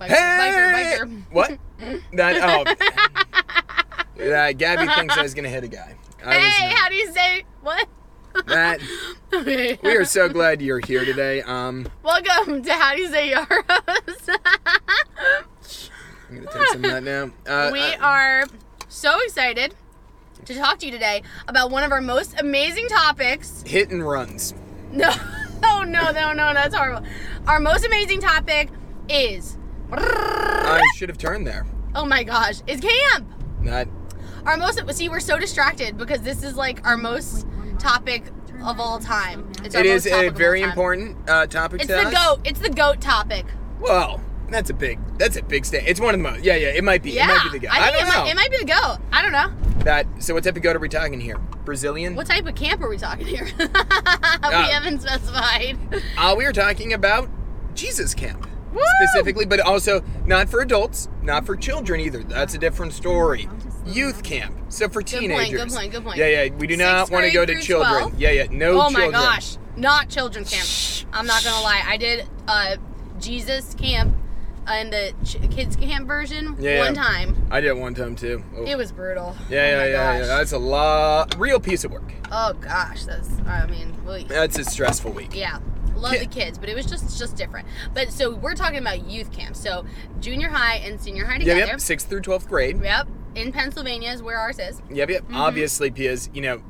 biker, Hey! biker, biker. What? That oh. that Gabby thinks I was gonna hit a guy. I was Hey, not. how do you say what? that Okay. we are so glad you're here today. Um, Welcome to How Do You Say Yaros. I'm gonna take some of that now. Uh, we uh, are so excited to talk to you today about one of our most amazing topics. hit and runs. No, oh no, no, no, that's horrible. Our most amazing topic is. I should have turned there. Oh my gosh, is camp. That Our most. See, we're so distracted because this is like our most topic of all time. It's our it is most topic a of all very time. important uh, topic It's to the us. goat. It's the goat topic. Well, that's a big. That's a big state. It's one of the most. Yeah, yeah. It might be. Yeah, It might be the guy. I, think don't it, know. Might, it might be the goat. I don't know. That. So what type of goat are we talking here? Brazilian. What type of camp are we talking here? we Uh, haven't specified. Uh, we are talking about Jesus Camp Woo! specifically, but also not for adults, not for children either. That's a different story. Youth camp, so for Good point, good teenagers. point, good point. Yeah, yeah. We do Sixth not want grade to go to through children. 12. Yeah, yeah. No oh my children. gosh, not children's camp. I'm not gonna lie. I did uh, Jesus camp uh, in the ch- kids camp version Yeah, one yeah. time. I did it one time too. Oh. It was brutal. yeah, oh yeah, my yeah, yeah. gosh. That's a lot. Real piece of work. Oh gosh, that's. I mean, really. That's a stressful week. Yeah. Love Ki- the kids, but it was just just different. But so we're talking about youth camp. So junior high and senior high Yep, together. yep. Sixth through twelfth grade. Yep. In Pennsylvania is where ours is. Yep, yep. Obviously, because you know,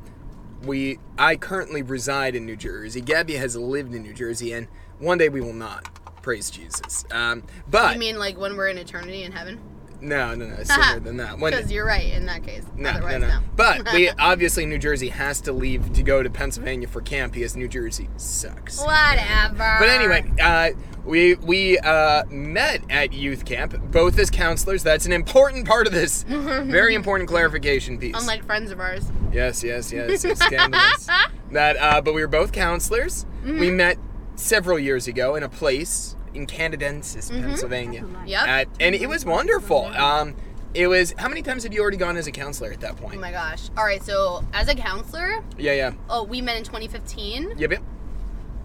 we I currently reside in New Jersey. Gabby has lived in New Jersey, and one day we will not. Praise Jesus. Um, but I mean, like when we're in eternity in heaven. no, no, no, sooner than that. One Because day. you're right in that case. No, no, Otherwise, no. But we obviously New Jersey has to leave to go to Pennsylvania for camp because New Jersey sucks. Whatever. But anyway, uh, we we uh, met at youth camp, both as counselors. That's an important part of this. Very important clarification piece. Unlike friends of ours. Yes, yes, yes. it's Scandalous. that, uh, but we were both counselors. Mm-hmm. We met several years ago in a place in Canadensis, Pennsylvania. Mm-hmm. Yep. Mm-hmm. At, and it was wonderful. Um, it was. How many times had you already gone as a counselor at that oh point? my gosh. All right, so as a counselor, Yeah, yeah, oh, we met in 2015. yep, yep.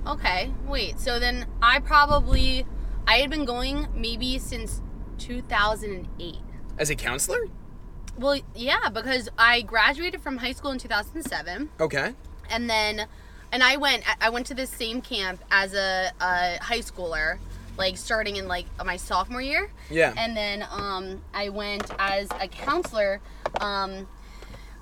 Okay, wait. So then I probably, I had been going maybe since 2008. As a counselor? Well, yeah, because I graduated from high school in 2007. Okay. and then and i went i went to this same camp as a, a high schooler like starting in like my sophomore year Yeah. and then um, i went as a counselor um,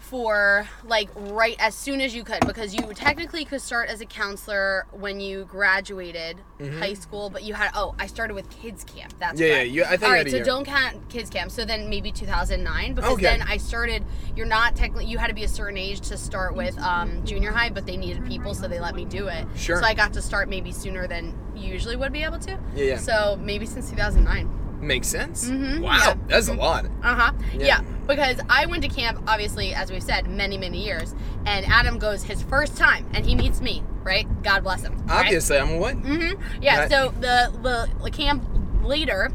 for like right as soon as you could because you technically could start as a counselor when you graduated high school but you had oh i started with kids camp that's Mm-hmm. Yeah, yeah, why. you- I think all I right had a so year. don't count kids camp so then maybe 2009 because Okay. then i started you're not technically you had to be a certain age to start with um, junior high but they needed people so they let me do it Sure. so i got to start maybe sooner than you usually would be able to Yeah, yeah. so maybe since 2009 Makes sense. Mhm, Wow, yeah. that's a lot. uh huh. Yeah. Yeah. because I went to camp, obviously, as we've said, many, many years. And Adam goes his first time, and he meets me, right? God bless him. Obviously, I'm what? hmm Yeah. Right. So the, the the camp leader,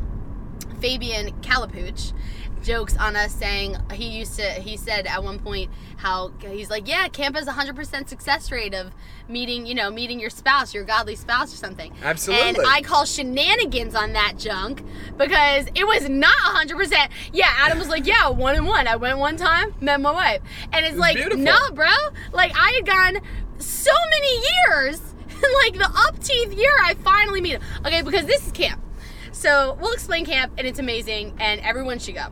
Fabian Calipooch, jokes on us saying he used to. He said at one point how he's like, yeah, camp has a hundred percent success rate of meeting, you know, meeting your spouse, your godly spouse, or something. And Absolutely. I call shenanigans on that junk because it was not a hundred percent. Yeah, Adam was like, yeah, one and one. I went one time, met my wife, and it's like, Beautiful. no, bro. Like I had gone so many years, and like the upteenth year, I finally meet him. Okay, because this is camp. So we'll explain camp, and it's amazing, and everyone should go.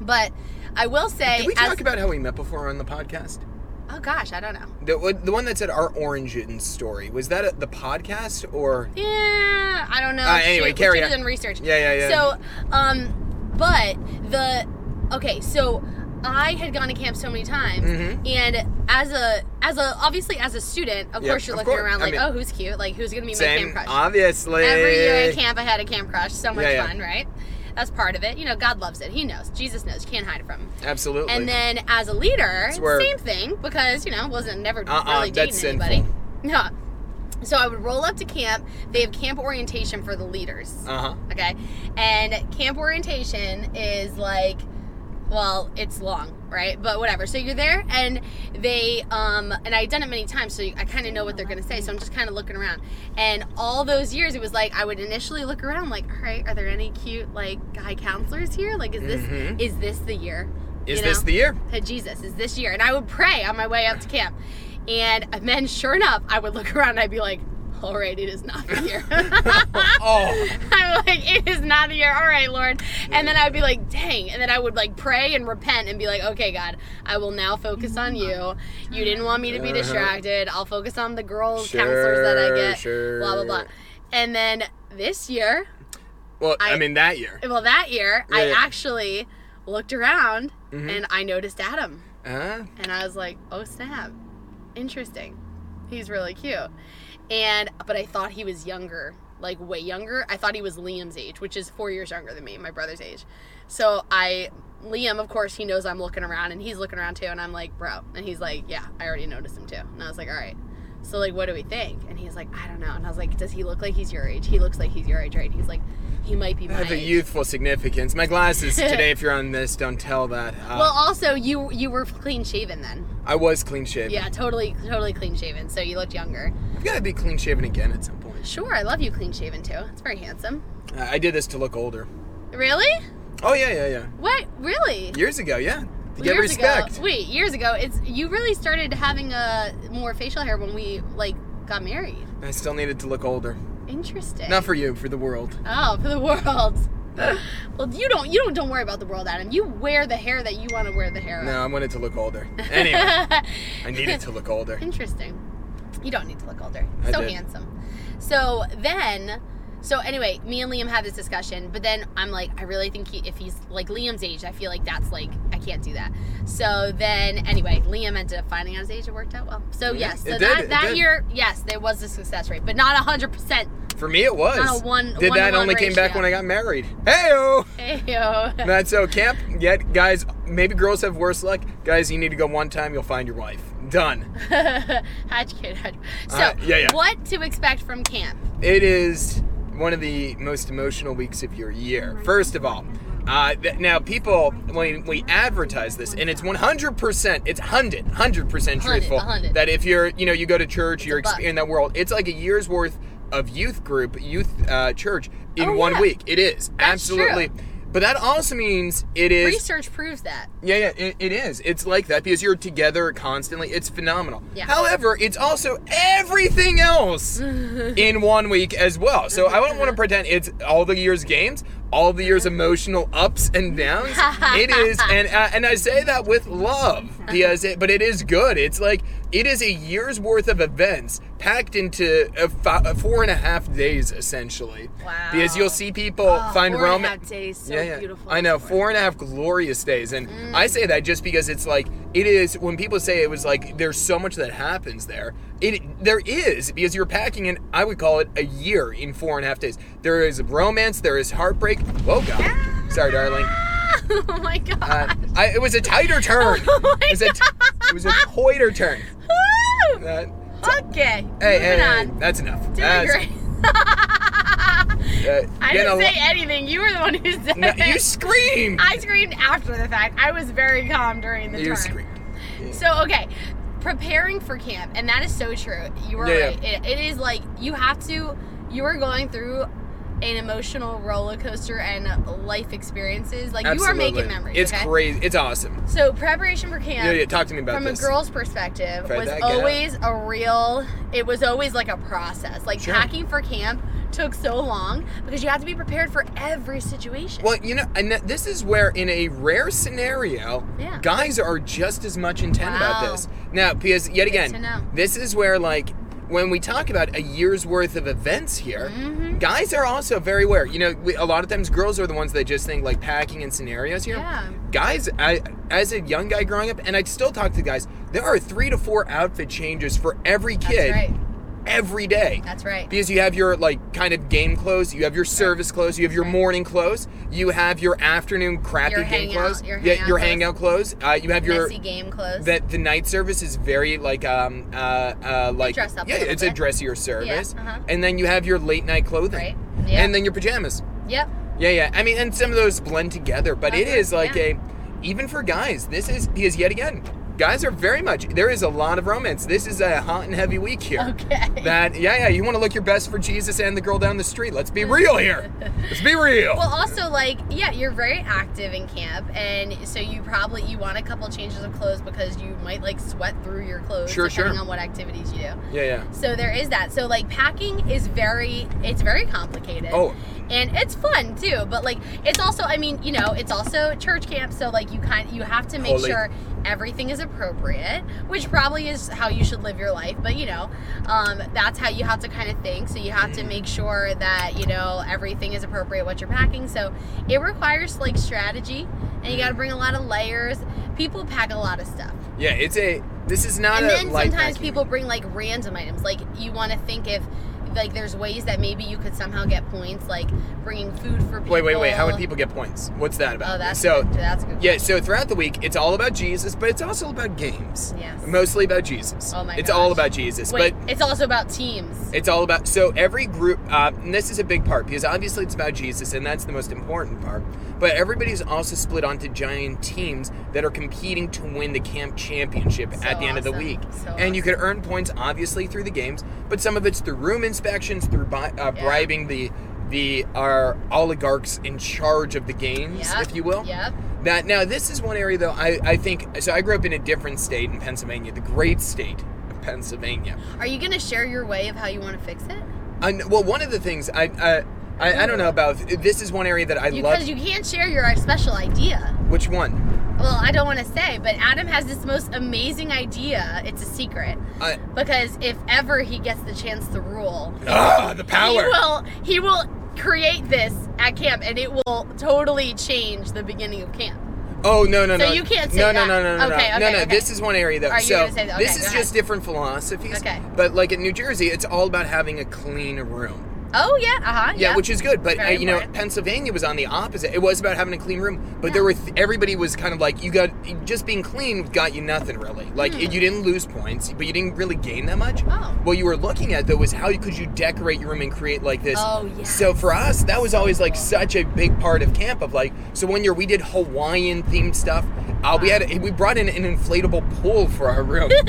But I will say, Did we as- talk about how we met before on the podcast? oh gosh, I don't know. The, what- the one that said our origins story was that a, the podcast or Yeah, I don't know. Uh, anyway, Shoot, carry we should on. have done research. Yeah, yeah, yeah. So, um, but the okay, so I had gone to camp so many times, Mhm. and as a as a obviously as a student, of Yeah, course you're of looking course. around I like, mean- oh, who's cute? Like, who's gonna be my same camp crush? obviously Every year at camp, I had a camp crush. So much Yeah, yeah. fun, right? That's part of it. You know, God loves it. He knows. Jesus knows. You can't hide it from him. absolutely And then as a leader, That's where- same thing because you know wasn't never Uh-uh, really dating that's sinful. anybody. No. So I would roll up to camp. They have camp orientation for the leaders. uh-huh Okay, and camp orientation is like, well, it's long, right? But whatever. So you're there, and they, um, and I've done it many times, so you- I kind of know what they're gonna say. So I'm just kind of looking around, and all those years, it was like I would initially look around, like, all right, are there any cute like guy counselors here? Like, is this Mhm. is this the year? Is You this know? the year? to Jesus is this year. And I would pray on my way up to camp. And then sure enough, I would look around and I'd be like, all right, it is not the year. Oh, I'm like, it is not the year. All right, Lord. And then I'd be like, dang. And then I would like pray and repent and be like, okay, God, I will now focus on you. You didn't want me to be Uh-huh. distracted. I'll focus on the girl sure, counselors that I get. Sure. Blah, blah, blah. And then this year, Well, I, I- mean that year. well, that year, I Yeah. actually looked around Mhm. and I noticed Adam. Huh? And I was like, oh snap, interesting. He's really cute. And but I thought he was younger, like way younger. I thought he was Liam's age, which is four years younger than me, my brother's age. So I, Liam, of course, he knows I'm looking around and he's looking around too. And I'm like, bro. And he's like, yeah, I already noticed him too. And I was like, all right. So like, what do we think? And he's like, I don't know. And I was like, does he look like he's your age? He looks like he's your age, right? He's like, he might be my Have a age. youthful significance. My glasses today. If you're on this, don't tell that. Uh, well, also you you were clean shaven then. I was clean shaven. Yeah, totally, totally clean shaven. So you looked younger. I've got to be clean shaven again at some point. Sure, I love you clean shaven too. It's very handsome. Uh, I did this to look older. Really? Oh yeah, yeah, yeah. What? Really? Years ago, yeah. To get years respect. ago. Wait, years ago. It's you really started having a more facial hair when we like got married. I still needed to look older. Interesting. Not for you, for the world. oh, for the world. well, you don't you don't don't worry about the world, Adam. You wear the hair that you want to wear the hair. No, I wanted to look older. of. Anyway, I needed to look older. Interesting. You don't need to look older. I so did. handsome. So then, so anyway, me and Liam had this discussion, but then I'm like, I really think he, if he's like Liam's age, I feel like that's like, I can't do that. So then, anyway, Liam ended up finding out his age. It worked out well. So Yeah, yes, it so did, that, it that did. year, yes, there was a success rate, but not 100%. For me, it was. Not a one- Did one-to-one that only came back ratio. when I got married? Heyo. Ayo. That's so camp. Yet, guys, maybe girls have worse luck. Guys, you need to go one time. You'll find your wife. Done. Hatch kid, hatch. So, Uh, yeah, yeah. what to expect from camp? It is one of the most emotional weeks of your year. Mm-hmm. First of all, uh, th- now people when we advertise this, and it's 100 percent, it's 100, 100 percent Hundred, truthful a hundred. that if you're, you know, you go to church, you're a buck. exp- in that world, it's like a year's worth of youth group, youth uh, church in Oh, one yeah. week. It is That's true. absolutely. But that also means it is Research proves that. yeah, yeah, it, it is. It's like that because you're together constantly. It's phenomenal. Yeah. However, it's also everything else in one week as well. So I don't want to pretend it's all the year's games, all the year's Mm-hmm. emotional ups and downs. it is, and uh, and I say that with love because, it, but it is good. It's like it is a year's worth of events packed into a fi- a four and a half days essentially. Wow. Because you'll see people Oh, find four and a Roman. half days, so beautiful. Mm. I know four and a half glorious days, and I say that just because it's like it is. When people say it was like there's so much that happens there, it there is because you're packing in. I would call it a year in four and a half days. There is romance, there is heartbreak. Whoa, God, sorry, darling. oh my god. Uh, I, it was a tighter turn. Oh my it was a t- it was a tighter turn. Woo! Uh, Okay. hey, hey, moving hey, on. that's enough. Doing That's, great. uh, I getting didn't a say lo- anything. You were the one who said No, it. you screamed. I screamed after the fact. I was very calm during the you turn. screamed. So okay, preparing for camp, and that is so true. You were Yeah, yeah. right. It, it is like you have to. You are going through an emotional roller coaster and life experiences. Like you are making memories. It's okay? crazy. It's awesome. So preparation for camp. Yeah, yeah. Talk to me about from this. a girl's perspective Try was that, get out. always a real it was always like a process like Sure. packing for camp took so long because you have to be prepared for every situation Well, you know, and that- this is where, in a rare scenario, Yeah. guys are just as much intent about Wow. this. Now, because yet Good to know. again, this is where, like, when we talk about a year's worth of events here, Mm-hmm. guys are also very aware. You know, we, a lot of times girls are the ones that just think like packing and scenarios here. Yeah. Guys, I, as a young guy growing up, and I still talk to guys, there are three to four outfit changes for every that's kid right every day. that's right Because you have your like kind of game clothes, you have your service clothes, you have your morning clothes, you have your afternoon crappy Your game hangout- clothes, your yeah, hangout your clothes. hangout clothes. Uh, you have your messy game clothes that the night service is very like um uh, uh like dress up a yeah, little it's a bit. dressier service, uh-huh. and then you have your late night clothing, Right. Yeah. and then your pajamas. yep Yeah, yeah. I mean, and some of those blend together, but it Uh-huh, is like yeah. a even for guys, this is because yet again, guys are very much there is a lot of romance. This is a hot and heavy week here. Okay. That yeah, yeah, you want to look your best for Jesus and the girl down the street. Let's be real here. Let's be real. Mm. Well, also like yeah, you're very active in camp, and so you probably you want a couple changes of clothes because you might like sweat through your clothes Sure, depending sure. on what activities you do. yeah, yeah. So there is that. So like packing is very it's very complicated. Oh. And it's fun too, but like it's also I mean, you know, it's also church camp, so like you kind you have to make Holy. sure everything is appropriate, which probably is how you should live your life, but you know, um, that's how you have to kind of think. So you have to make sure that, you know, everything is appropriate what you're packing. So it requires like strategy and you got to bring a lot of layers. People pack a lot of stuff Yeah, it's a this is not and a then light sometimes vacuum. people bring like random items like you want to think if like there's ways that maybe you could somehow get points like bringing food for people Wait, wait, wait. How would people get points? What's that about? oh that's so good. that's a good Yeah, so throughout the week, it's all about Jesus, but it's also about games. Yes. Mostly about Jesus. Oh my It's all gosh. about Jesus, wait but it's also about teams it's all about. So every group, uh, and this is a big part because obviously it's about Jesus, and that's the most important part. But everybody's also split onto giant teams that are competing to win the camp championship So at the end of the awesome. week. So and you could earn points obviously through the games, but some of it's through room inspections, through bi- uh, Yeah. bribing the the our oligarchs in charge of the games, Yep. if you will. yep That now this is one area though I, I think so I grew up in a different state in Pennsylvania, the great state of Pennsylvania. are you gonna share your way of how you want to fix it And well one of the things I I, I, I don't know about this is one area that I love because you can't share your uh, special idea which one? well i don't want to say but adam has this most amazing idea it's a secret I, because if ever he gets the chance to rule ah the power. He will. He will create this at camp, and it will totally change the beginning of camp. Oh no no So no! you can't say no, that. No no no no Okay, no okay, no! okay. This is one area that All right, so you're gonna say that. this Okay, is go just different philosophies. Okay. But like in New Jersey, it's all about having a clean room. Oh yeah. Uh huh. Yeah, which is good, but uh, Very you know, important. Pennsylvania was on the opposite. It was about having a clean room, but there Yeah. were th- everybody was kind of like you got just being clean got you nothing really. Like Hmm. you didn't lose points, but you didn't really gain that much. Oh. What you were looking at though was how you- could you decorate your room and create like this. Oh, yes. So for us, that was always like cool. such a big part of camp. Of like, so one year we did Hawaiian themed stuff. Uh, We had we brought in an inflatable pool for our room, so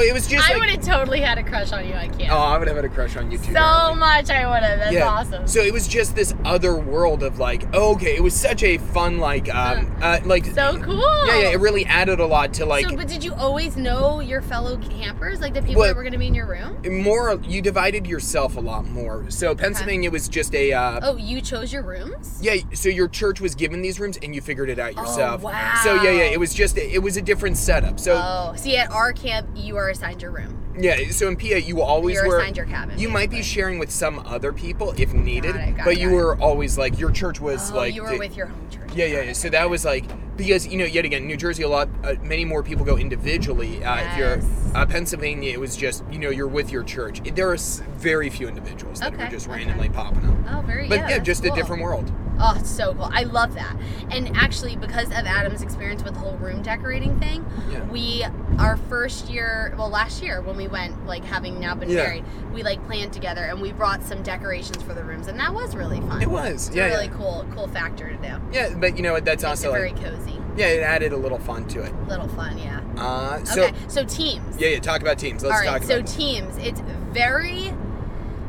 it was just I like. would have totally had a crush on you at camp. Oh, I would have had a crush on you too. so much I would have. That's Yeah. awesome. So it was just this other world of like, oh, okay, it was such a fun like, um, uh, like, So cool. yeah, yeah, it really added a lot to like so, but did you always know your fellow campers, like the people Well- that were going to be in your room? more. You divided yourself a lot more. So Pennsylvania was just a. Uh, Oh, you chose your rooms. Yeah, so your church was given these rooms and you figured it out Oh, yourself. wow. So yeah, yeah, it was just it was a different setup. So Oh, see, at our camp, you are assigned your room. yeah, so in PA you always You're were assigned your cabin. you might be basically. sharing with some other people if needed, Got it, got but it, you got it. were always like your church was Oh, like you were the- with your home church. Yeah, yeah, yeah. So that was like because you know, yet again, New Jersey, a lot, uh, many more people go individually. Uh, If Yes. you're uh, Pennsylvania, it was just you know you're with your church. There are s- very few individuals that are Okay, just okay. randomly popping up. Oh, very. But yeah, yeah, that's just a cool. different world. Oh, it's so cool. I love that. And actually, because of Adam's experience with the whole room decorating thing, Yeah. we, our first year, well, last year when we went, like having now been Yeah. married, we like planned together and we brought some decorations for the rooms, and that was really fun. It was, It's yeah, a really yeah. cool, cool factor to do. Makes Yeah, but you know what? That's it also very like, cozy, yeah, it added a little fun to it. little fun, yeah. Uh, so okay, so teams. yeah, yeah. Talk about teams. Let's All right, talk so about. teams. It's very.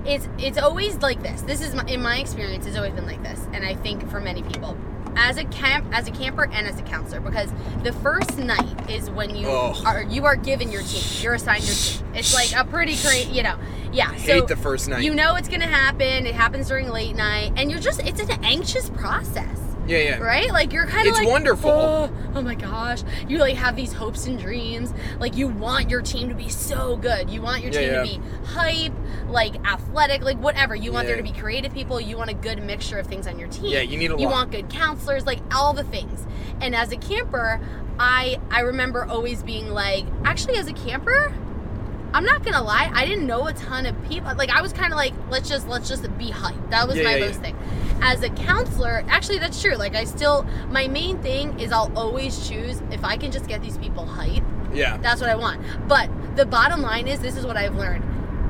It's it's always like this. This is my, in my experience. It's always been like this, and I think for many people, as a camp, as a camper, and as a counselor, because the first night is when you Ugh. are you are given your team. You're assigned your team. It's like a pretty great, you know, yeah. Hate so the first night. you know it's gonna happen. It happens during late night, and you're just it's an anxious process yeah, yeah. right? Like you're kind of It's like, wonderful. Oh, oh my gosh, you like have these hopes and dreams. Like you want your team to be so good. You want your Yeah, team yeah. to be hype, like athletic, like whatever. You want Yeah. there to be creative people. You want a good mixture of things on your team. Yeah, you need a You lot. want good counselors, like all the things. And as a camper, I I remember always being like, actually, as a camper. I'm not gonna lie, I didn't know a ton of people. Like I was kind of like, let's just let's just be hyped. That was Yeah, my yeah, most yeah. thing. As a counselor, actually that's true. Like I still my main thing is I'll always choose if I can just get these people hyped, Yeah. that's what I want. But the bottom line is this is what I've learned.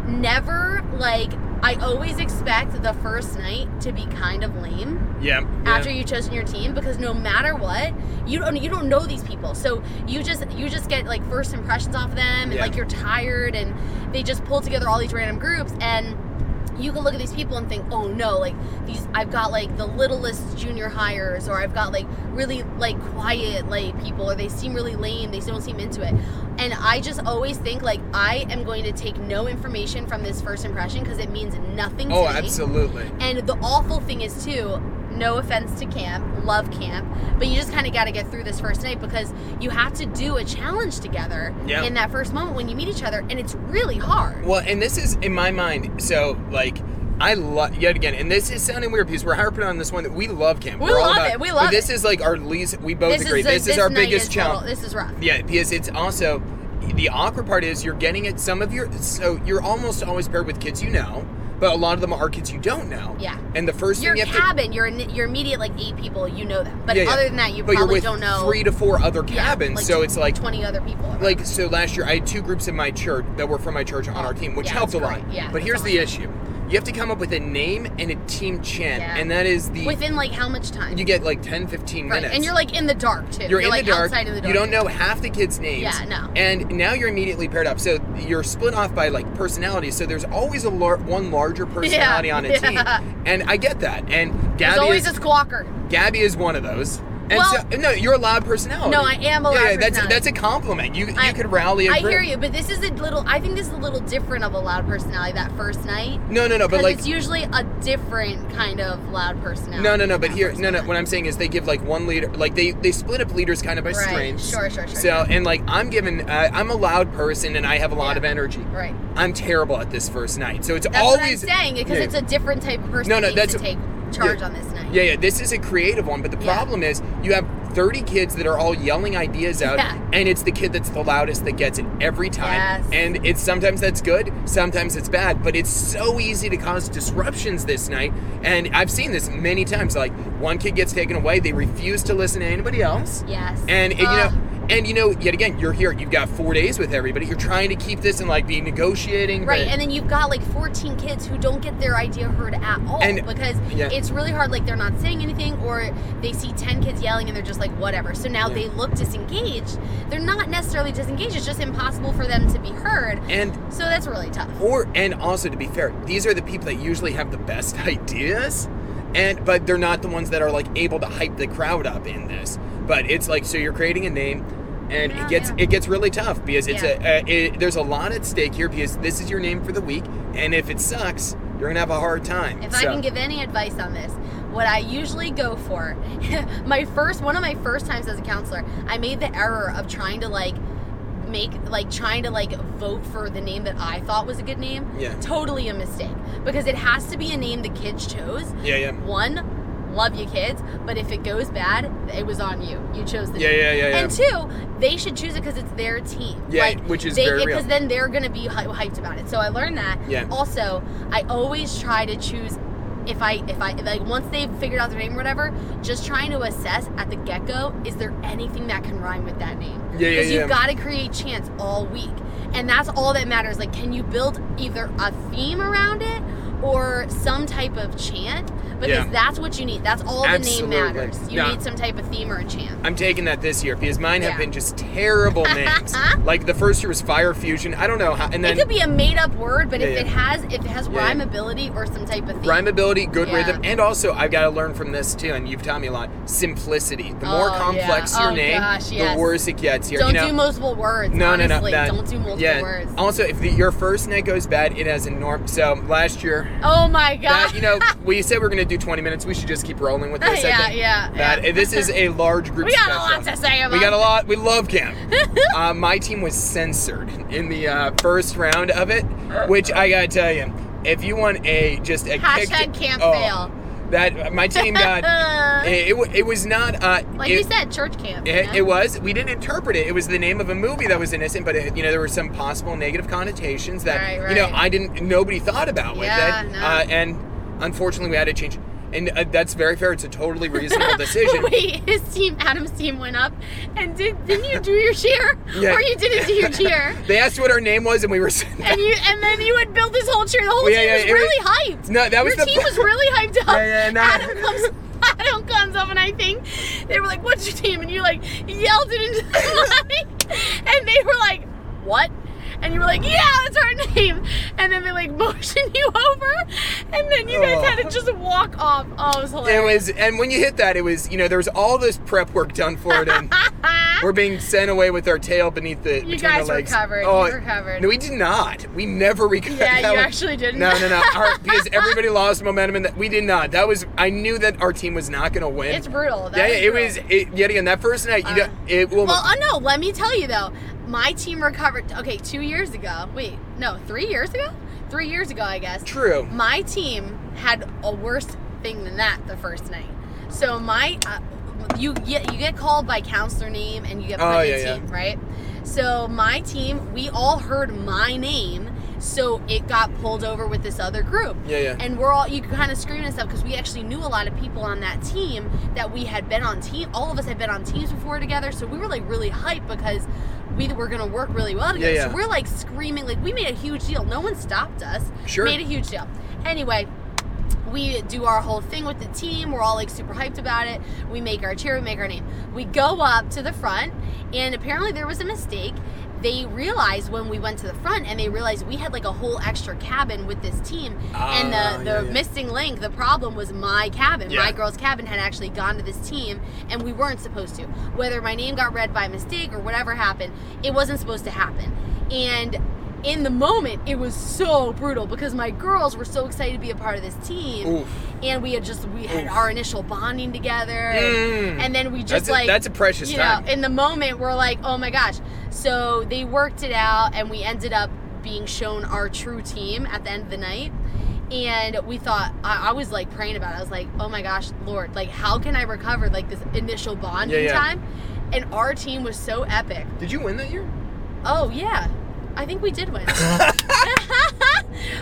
Never like I always expect the first night to be kind of lame Yeah. after yeah. you've chosen your team because no matter what you don't you don't know these people so you just you just get like first impressions off them and Yeah. like you're tired and they just pull together all these random groups and you can look at these people and think oh no like these i've got like the littlest junior hires or i've got like really like quiet like people or they seem really lame they don't seem into it and i just always think like i am going to take no information from this first impression because it means nothing Oh, to me absolutely. and the awful thing is too, no offense to camp, love camp, but you just kind of got to get through this first night because you have to do a challenge together Yeah. in that first moment when you meet each other, and it's really hard. Well, and this is in my mind. So, like, I love yet again, and this is sounding weird because we're harping on this one that we love camp. We We're all love about- it, we love but This it. is like our least. We both agree. the- this, is our night biggest total- challenge. This is rough. Yeah, because it's also the awkward part is you're getting at some of your so you're almost always paired with kids you know, but a lot of them are kids you don't know. Yeah. And the first Your thing you have to cabin, your in- your immediate like eight people, you know them, but Yeah, yeah. other than that, you but you're probably with don't know three to four other yeah, cabins, like so it's like twenty other people. like so last year I had two groups in my church that were from my church on our team, which yeah, helped a that's lot. great. Yeah, but that's here's the issue. You have to come up with a name and a team chant, Yeah. and that is the within like how much time? you get like 10 15 right, minutes. and you're like in the dark too. You're in like the dark. outside of the dark. You don't know half the kids' names. Yeah, no. And now you're immediately paired up. So you're split off by like personality. So there's always a lar- one larger personality on a yeah. team. And I get that. And There's Gabby always is, a squawker. Gabby is one of those. And Well- so, no, you're a loud personality. No, I am a loud yeah, yeah, that's personality. that's a compliment. You I- you could rally a I group. hear you, but this is a little. I think this is a little different of a loud personality that first night. No, no, no, but Because like it's usually a different kind of loud personality. No, no, no. But that here, first no, no. night. What I'm saying is they give like one leader, like they they split up leaders kind of by Right. strengths. Sure, sure, sure, So and like I'm given, uh, I'm a loud person and I have a lot Yeah. of energy. Right. I'm terrible at this first night, so it's That's always what I'm saying because Yeah. it's a different type of person. No, no, that that's needs to a- take charge yeah. on this night. Yeah, yeah. This is a creative one, but the Yeah. problem is you have 30 kids that are all yelling ideas out, Yeah. and it's the kid that's the loudest that gets it every time. Yes. And it's sometimes that's good, sometimes it's bad, but it's so easy to cause disruptions this night. And I've seen this many times. Like one kid gets taken away, they refuse to listen to anybody else. Yes. Um, And, and, you Ugh. know, and you know, yet again, you're here. You've got four days with everybody. You're trying to keep this and like be negotiating. Right, but- and then you've got like 14 kids who don't get their idea heard at all And- because yeah. it's really hard. Like they're not saying anything, or they see 10 kids yelling and they're just like, whatever. So now Yeah. they look disengaged. They're not necessarily disengaged, it's just impossible for them to be heard. and So that's really tough. or and also to be fair these are the people that usually have the best ideas and but they're not the ones that are like able to hype the crowd up in this but it's like so you're creating a name and Yeah, it gets yeah. it gets really tough because it's Yeah. a, a it, there's a lot at stake here because this is your name for the week and if it sucks you're gonna have a hard time If I So- can give any advice on this, what I usually go for, my first one of my first times as a counselor, I made the error of trying to like make like trying to like vote for the name that I thought was a good name. Yeah. Totally a mistake because it has to be a name the kids chose. yeah yeah One, love you kids, but if it goes bad, it was on you. You chose the yeah name. yeah yeah yeah And two, they should choose it because it's their team. Yeah, like, which is they, very real. Because then they're gonna be hy- hyped about it. So I learned that. Yeah. Also, I always try to choose if I if I like once they've figured out their name or whatever, just trying to assess at the get go, is there anything that can rhyme with that name? Yeah, yeah, Because yeah. you've got to create chance all week, and that's all that matters. Like, can you build either a theme around it or some type of chant? Because Yeah. that's what you need. That's all Absolutely. the name matters. You Yeah. need some type of theme or a chant. I'm taking that this year because mine have Yeah. been just terrible names. like the first year was Fire Fusion. I don't know how, and then it could be a made up word, but Yeah, if yeah. it has if it has Yeah, yeah. rhymeability or some type of theme. Rhymeability, good Yeah. rhythm, and also I've got to learn from this too, and you've taught me a lot. Simplicity. The more Oh, complex yeah. your Oh, name, gosh, yes. the worse it gets. Here, Don't you know? do multiple words. no, honestly. no, no, that- Don't do multiple yeah. words. Also, if the, your first night goes bad, it has enorm. So last year, Oh my god. that, you know, we said we are going to do 20 minutes. We should just keep rolling with this. I Yeah, think. yeah, That yeah. this is a large group. we got a special. lot to say about We got a lot. We love camp. uh, my team was censored in the uh, first round of it, which I gotta tell you, if you want a just a Hashtag kick, camp oh, fail. That uh, my team got. it, it, wa- it was not. Uh, Like it, you said, church camp. you It, know? it was. We didn't interpret it. It was the name of a movie that was innocent, but it, you know there were some possible negative connotations that Right, you know right. I didn't. Nobody thought about with Yeah, it, no. uh, and unfortunately we had to change. and uh, that's very fair. It's a totally reasonable decision. Wait, his team, Adam's team, went up, and did didn't you do your cheer? Yeah. Or you didn't do your cheer? They asked what our name was, and we were. saying And you, and then you would build this whole cheer. The whole Yeah, team yeah, was it was- really hyped. No, that was your the- team was really hyped up. Yeah, yeah, no. Adam comes, Adam comes up, and I think they were like, "What's your team?" And you like yelled it into the mic, and they were like, "What?" And you were like, "Yeah, that's our name." And then they like motioned you over, and then you guys Oh. had to just walk off. Oh, it was It hilarious. was, and when you hit that, it was, you know, there was all this prep work done for it, and Ah. we're being sent away with our tail beneath the. between guys the legs. Oh, recovered. You recovered. No, we did not. We never recovered. Yeah, That you was- actually didn't. No, no, no. Our, because everybody lost momentum, and that we did not. That was. I knew that our team was not going to win. It's brutal. That yeah, yeah, it brutal. was. It, yet again, that first night, you Uh, know, it will. Well, uh, no, let me tell you though, my team recovered. Okay, two years ago. Wait, no, three years ago? Three years ago, I guess. true. My team had a worse thing than that the first night. So my, uh, you get you get called by counselor name and you get put Oh, in yeah, yeah. team, right? So my team, we all heard my name, so it got pulled over with this other group Yeah, yeah. and we're all you kind of screaming and stuff because we actually knew a lot of people on that team that we had been on team all of us had been on teams before together so we were like really hyped because we were gonna work really well together Yeah, yeah. so we're like screaming like we made a huge deal no one stopped us Sure. made a huge deal anyway we do our whole thing with the team. We're all like super hyped about it. We make our cheer, we make our name. We go up to the front, and apparently there was a mistake. They realized when we went to the front, and they realized we had like a whole extra cabin with this team. and Ah, the, the yeah, yeah. missing link, the problem was my cabin. Yeah. My girl's cabin had actually gone to this team, and we weren't supposed to. Whether my name got read by mistake or whatever happened, it wasn't supposed to happen. And in the moment, it was so brutal because my girls were so excited to be a part of this team Oof. and we had just we had Oof. our initial bonding together and, Mm. and then we just That's a- like that's a precious you time. know in the moment we're like oh my gosh so they worked it out and we ended up being shown our true team at the end of the night and we thought I, I was like praying about it i was like oh my gosh lord like how can i recover like this initial bonding yeah. time and our team was so epic Did you win that year? Oh yeah, I think we did win.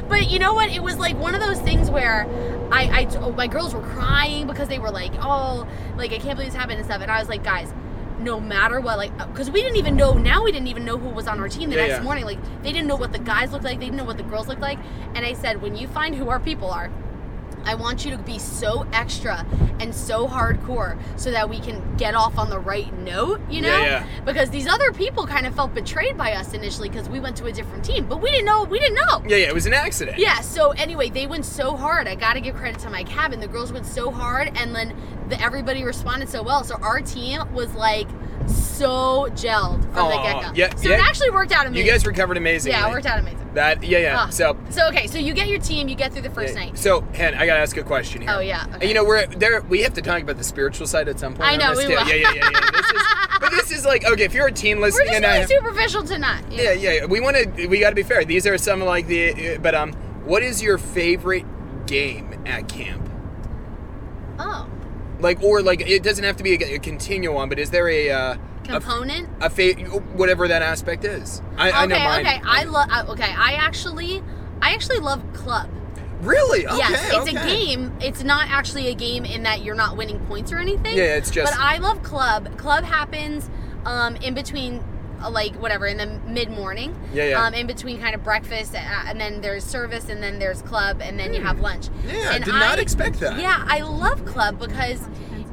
but you know what? It was like one of those things where I, I oh, my girls were crying because they were like, oh, like I can't believe this happened and stuff. And I was like, guys, no matter what, like, because we didn't even know. Now we didn't even know who was on our team the Yeah, next yeah. morning. Like they didn't know what the guys looked like. They didn't know what the girls looked like. And I said, when you find who our people are. I want you to be so extra and so hardcore so that we can get off on the right note, you know? Yeah, yeah. Because these other people kind of felt betrayed by us initially because we went to a different team, but we didn't know. We didn't know. Yeah, yeah. It was an accident. Yeah, so anyway, they went so hard. I gotta give credit to my cabin. The girls went so hard, and then the, everybody responded so well. So our team was like so gelled from the Aw, get go. yeah, so yeah. it actually worked out You amazing. guys recovered amazingly. yeah, it worked out amazing. That. Yeah, yeah. Ah. So So, okay, so you get your team, you get through the first Yeah. night. So, Hen, I gotta ask a question here. Oh, yeah, okay. You know, we're there. We have to talk about the spiritual side at some point. I on know, this we too. will. Yeah, yeah, yeah. yeah. This is, but this is like okay, if you're a teen We're listening, just and really I have, superficial tonight. you yeah, know? yeah, yeah. We want to. We got to be fair. These are some like the. uh, But um, what is your favorite game at camp? Oh, Like, or like, it doesn't have to be a, a continual one, but is there a uh, a, component. a fa- whatever that aspect is? I, I know okay, mine. okay. I love. Okay, I actually, I actually love club. Really? Okay. yes, it's a okay. game. It's not actually a game in that you're not winning points or anything. Yeah, it's just- But I love club. Club happens um, in between, uh, like whatever, in the mid morning. Yeah, yeah. Um, in between kind of breakfast, uh, and then there's service, and then there's club, and then you have lunch. Hmm. Yeah, and did not expect that. Yeah, I love club because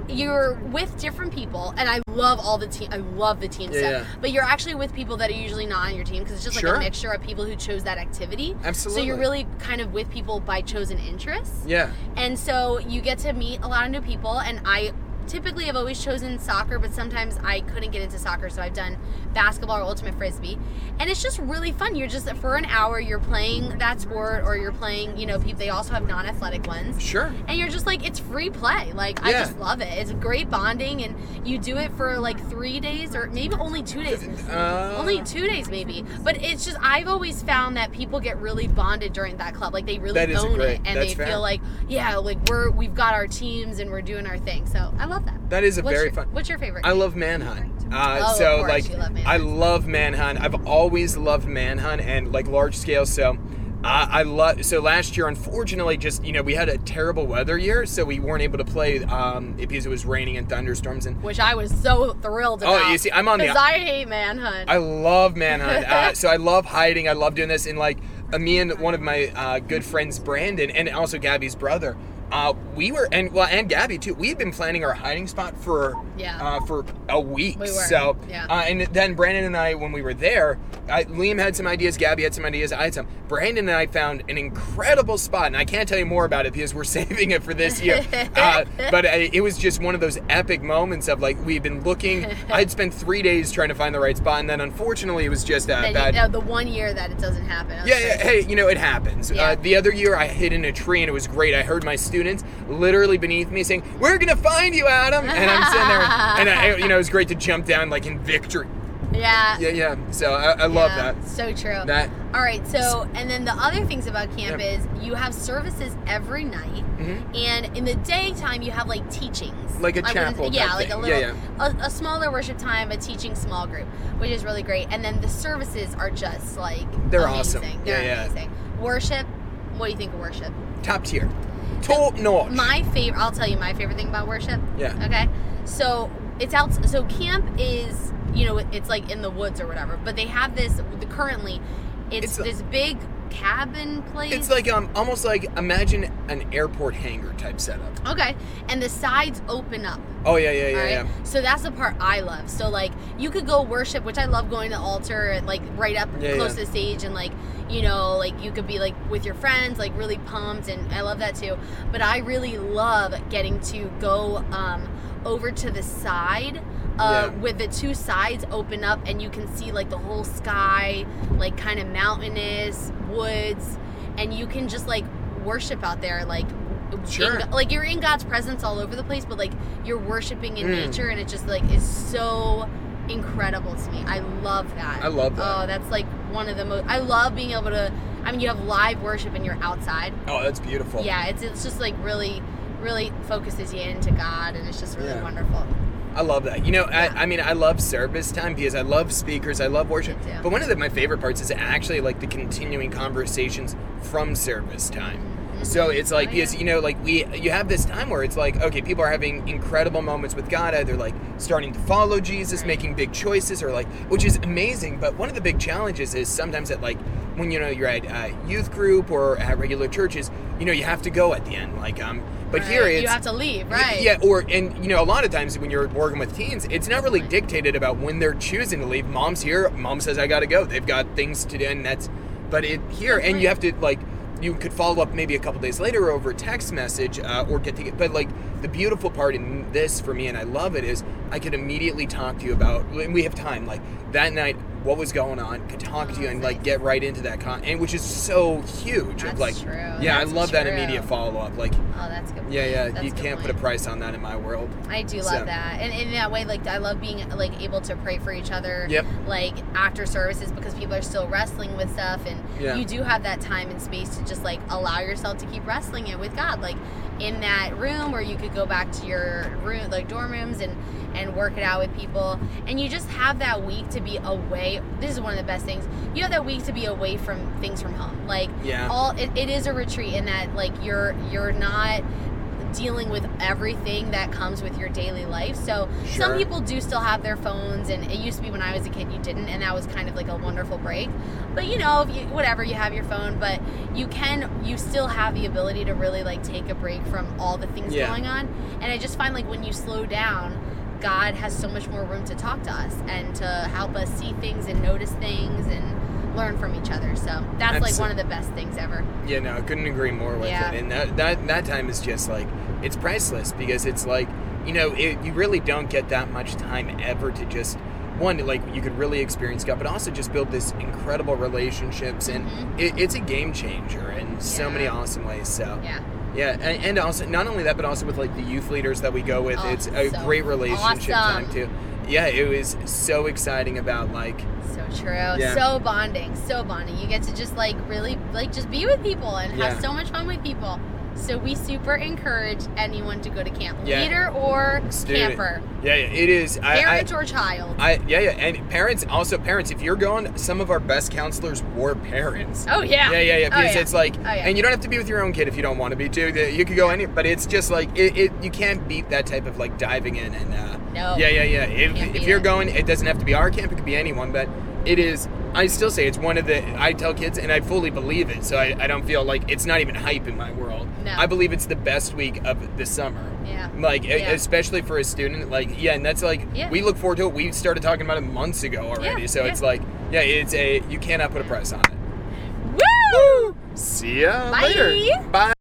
you're with different people, and I love all the team. I love the team Yeah, stuff, yeah. but you're actually with people that are usually not on your team because it's just like Sure. a mixture of people who chose that activity. So Absolutely. you're really kind of with people by chosen interests. Yeah. And so you get to meet a lot of new people. And I typically have always chosen soccer, but sometimes I couldn't get into soccer, so I've done basketball or ultimate frisbee. And it's just really fun. You're just for an hour, you're playing that sport, or you're playing. You know, people, they also have non-athletic ones Sure. and you're just like it's free play like i Yeah. just love it it's great bonding and you do it for like three days or maybe only two days Uh, only two days maybe but it's just i've always found that people get really bonded during that club like they really That is own great. it and That's they fair. feel like yeah like we're we've got our teams and we're doing our thing so i love that That is a what's very your, fun- what's your favorite I love Manhunt. Uh, Oh, of so course like you love Manhunt. I love Manhunt. I've always loved Manhunt and like large scale. So I, I love so last year. Unfortunately, just you know, we had a terrible weather year, so we weren't able to play um, because it was raining and thunderstorms. And which I was so thrilled Oh, about. you see, I'm on the- 'Cause I hate manhunt. I love manhunt. Uh, so I love hiding. I love doing this. And like uh, me and one of my uh, good friends, Brandon, and also Gabby's brother, uh, we were and well, and Gabby too. We had been planning our hiding spot for Yeah. uh, for a week. We were, So yeah. uh, and then Brandon and I, when we were there, I, Liam had some ideas. Gabby had some ideas. I had some. Brandon and I found an incredible spot, and I can't tell you more about it because we're saving it for this year. uh, but uh, it was just one of those epic moments of like we've been looking. I'd spent three days trying to find the right spot, and then unfortunately, it was just uh, That you- bad. uh, the one year that it doesn't happen. I was Yeah, like, yeah, hey, you know, it happens. Yeah. Uh, the other year, I hid in a tree and it was great. I heard my students literally beneath me saying, We're going to find you, Adam. And I'm sitting there, and I, you know, it was great to jump down like in victory. yeah. Yeah, yeah. So I, I love Yeah, that. So true. That- All right. So, and then the other things about camp Yeah. is you have services every night, Mhm. and in the daytime you have Mm-hmm. like teachings, Like a what is- chapel yeah, type like a thing. little, Yeah, A, a smaller worship time, a teaching small group, which is really great. And then the services are just like They're amazing. awesome. They're Yeah, yeah. amazing. Worship. What do you think of worship? Top tier. Top notch. My favorite. I'll tell you my favorite thing about worship. yeah. Okay. So it's out. So camp is, you know, it's like in the woods or whatever. But they have this currently. It's, It's a- this big cabin place. It's like um almost like imagine an airport hangar type setup. okay, and the sides open up. Oh yeah, yeah, yeah, All right. yeah. So that's the part I love. So like you could go worship, which I love going to the altar, like right up Yeah, close to yeah. the stage, and like you know, like you could be like with your friends, like really pumped, and I love that too. But I really love getting to go um, over to the side. Uh, Yeah. With the two sides open up, and you can see like the whole sky, like kind of mountainous woods, and you can just like worship out there, like in Sure. Go- like you're in God's presence all over the place, but like you're worshiping in Mm. nature, and it just like is so incredible to me. I love that. I love that. Oh, that's like one of the most. I love being able to. I mean, you have live worship and you're outside. Oh, that's beautiful. Yeah, it's it's just like really, really focuses you into God, and it's just really Yeah. wonderful. I love that. You know, Yeah. I, I mean, I love service time because I love speakers, I love worship. Me too. But one of the, my favorite parts is actually like the continuing conversations from service time. Mhm. So it's like Oh, because yeah. you know, like we you have this time where it's like okay, people are having incredible moments with God, either like starting to follow Jesus, Right. making big choices, or like which is amazing. But one of the big challenges is sometimes that like when you know you're at uh, youth group or at regular churches, you know you have to go at the end. Like um, but here Right, it's you have to leave, right? yeah, or and you know, a lot of times when you're working with teens, it's not really dictated about when they're choosing to leave. Mom's here, mom says I gotta go. They've got things to do, and that's. But it here, and you have to like, you could follow up maybe a couple days later over a text message uh, or get to get. But like the beautiful part in this for me, and I love it, is I could immediately talk to you about. And we have time like that night. What was going on? Could talk to you and like get right into that con, and which is so huge. of That's like, true, yeah, I that's love that immediate true. follow up. Like, Oh, that's a good. yeah, point. yeah, That's you good can't put a point. price on that in my world. I do love So- that, and in that way, like I love being like able to pray for each other, Yep. like after services because people are still wrestling with stuff, and Yeah. you do have that time and space to just like allow yourself to keep wrestling it with God, like in that room where you could go back to your room, like dorm rooms, and and work it out with people, and you just have that week to be away. This is one of the best things. You have that week to be away from things from home, like Yeah. all it, it is a retreat in that like you're you're not dealing with everything that comes with your daily life so some Sure. people do still have their phones and it used to be when i was a kid you didn't and that was kind of like a wonderful break but you know if you, whatever you have your phone but you can you still have the ability to really like take a break from all the things Yeah. going on and i just find like when you slow down god has so much more room to talk to us and to help us see things and notice things and learn from each other so that's like Absol- one of the best things ever Yeah, no, I couldn't agree more with Yeah. it. And that, that that time is just like it's priceless because it's like you know it, you really don't get that much time ever to just one like you could really experience God, but also just build this incredible relationships and Mhm. it, it's a game changer in so many Yeah. awesome ways. So yeah, yeah and, and also not only that, but also with like the youth leaders that we go with, Oh, it's a so great relationship awesome. time too. Yeah, it was so exciting about like So true. Yeah. So bonding. So bonding. You get to just like really like just be with people and Yeah. have so much fun with people. So we super encourage anyone to go to camp, Yeah. leader or Student. camper, Yeah, yeah, it is. I- I- parent or child. I yeah yeah and parents also parents if you're going some of our best counselors were parents. oh yeah. Yeah yeah yeah Oh, because it's like Oh, yeah. and you don't have to be with your own kid if you don't want to be too. The- You could go any but it's just like it, it you can't beat that type of like diving in and uh No. yeah yeah yeah if, Oh. Can't if beat you're it. going it doesn't have to be our camp it could be anyone but it is I still say it's one of the I tell kids and I fully believe it so I, I don't feel like it's not even hype in my world. No. I believe it's the best week of the summer yeah. like e- Yeah. especially for a student like yeah and that's like Yeah. we look forward to it we started talking about it months ago already Yeah, so it's yeah. like yeah it's a you cannot put a price on it Woo! see ya Bye. later bye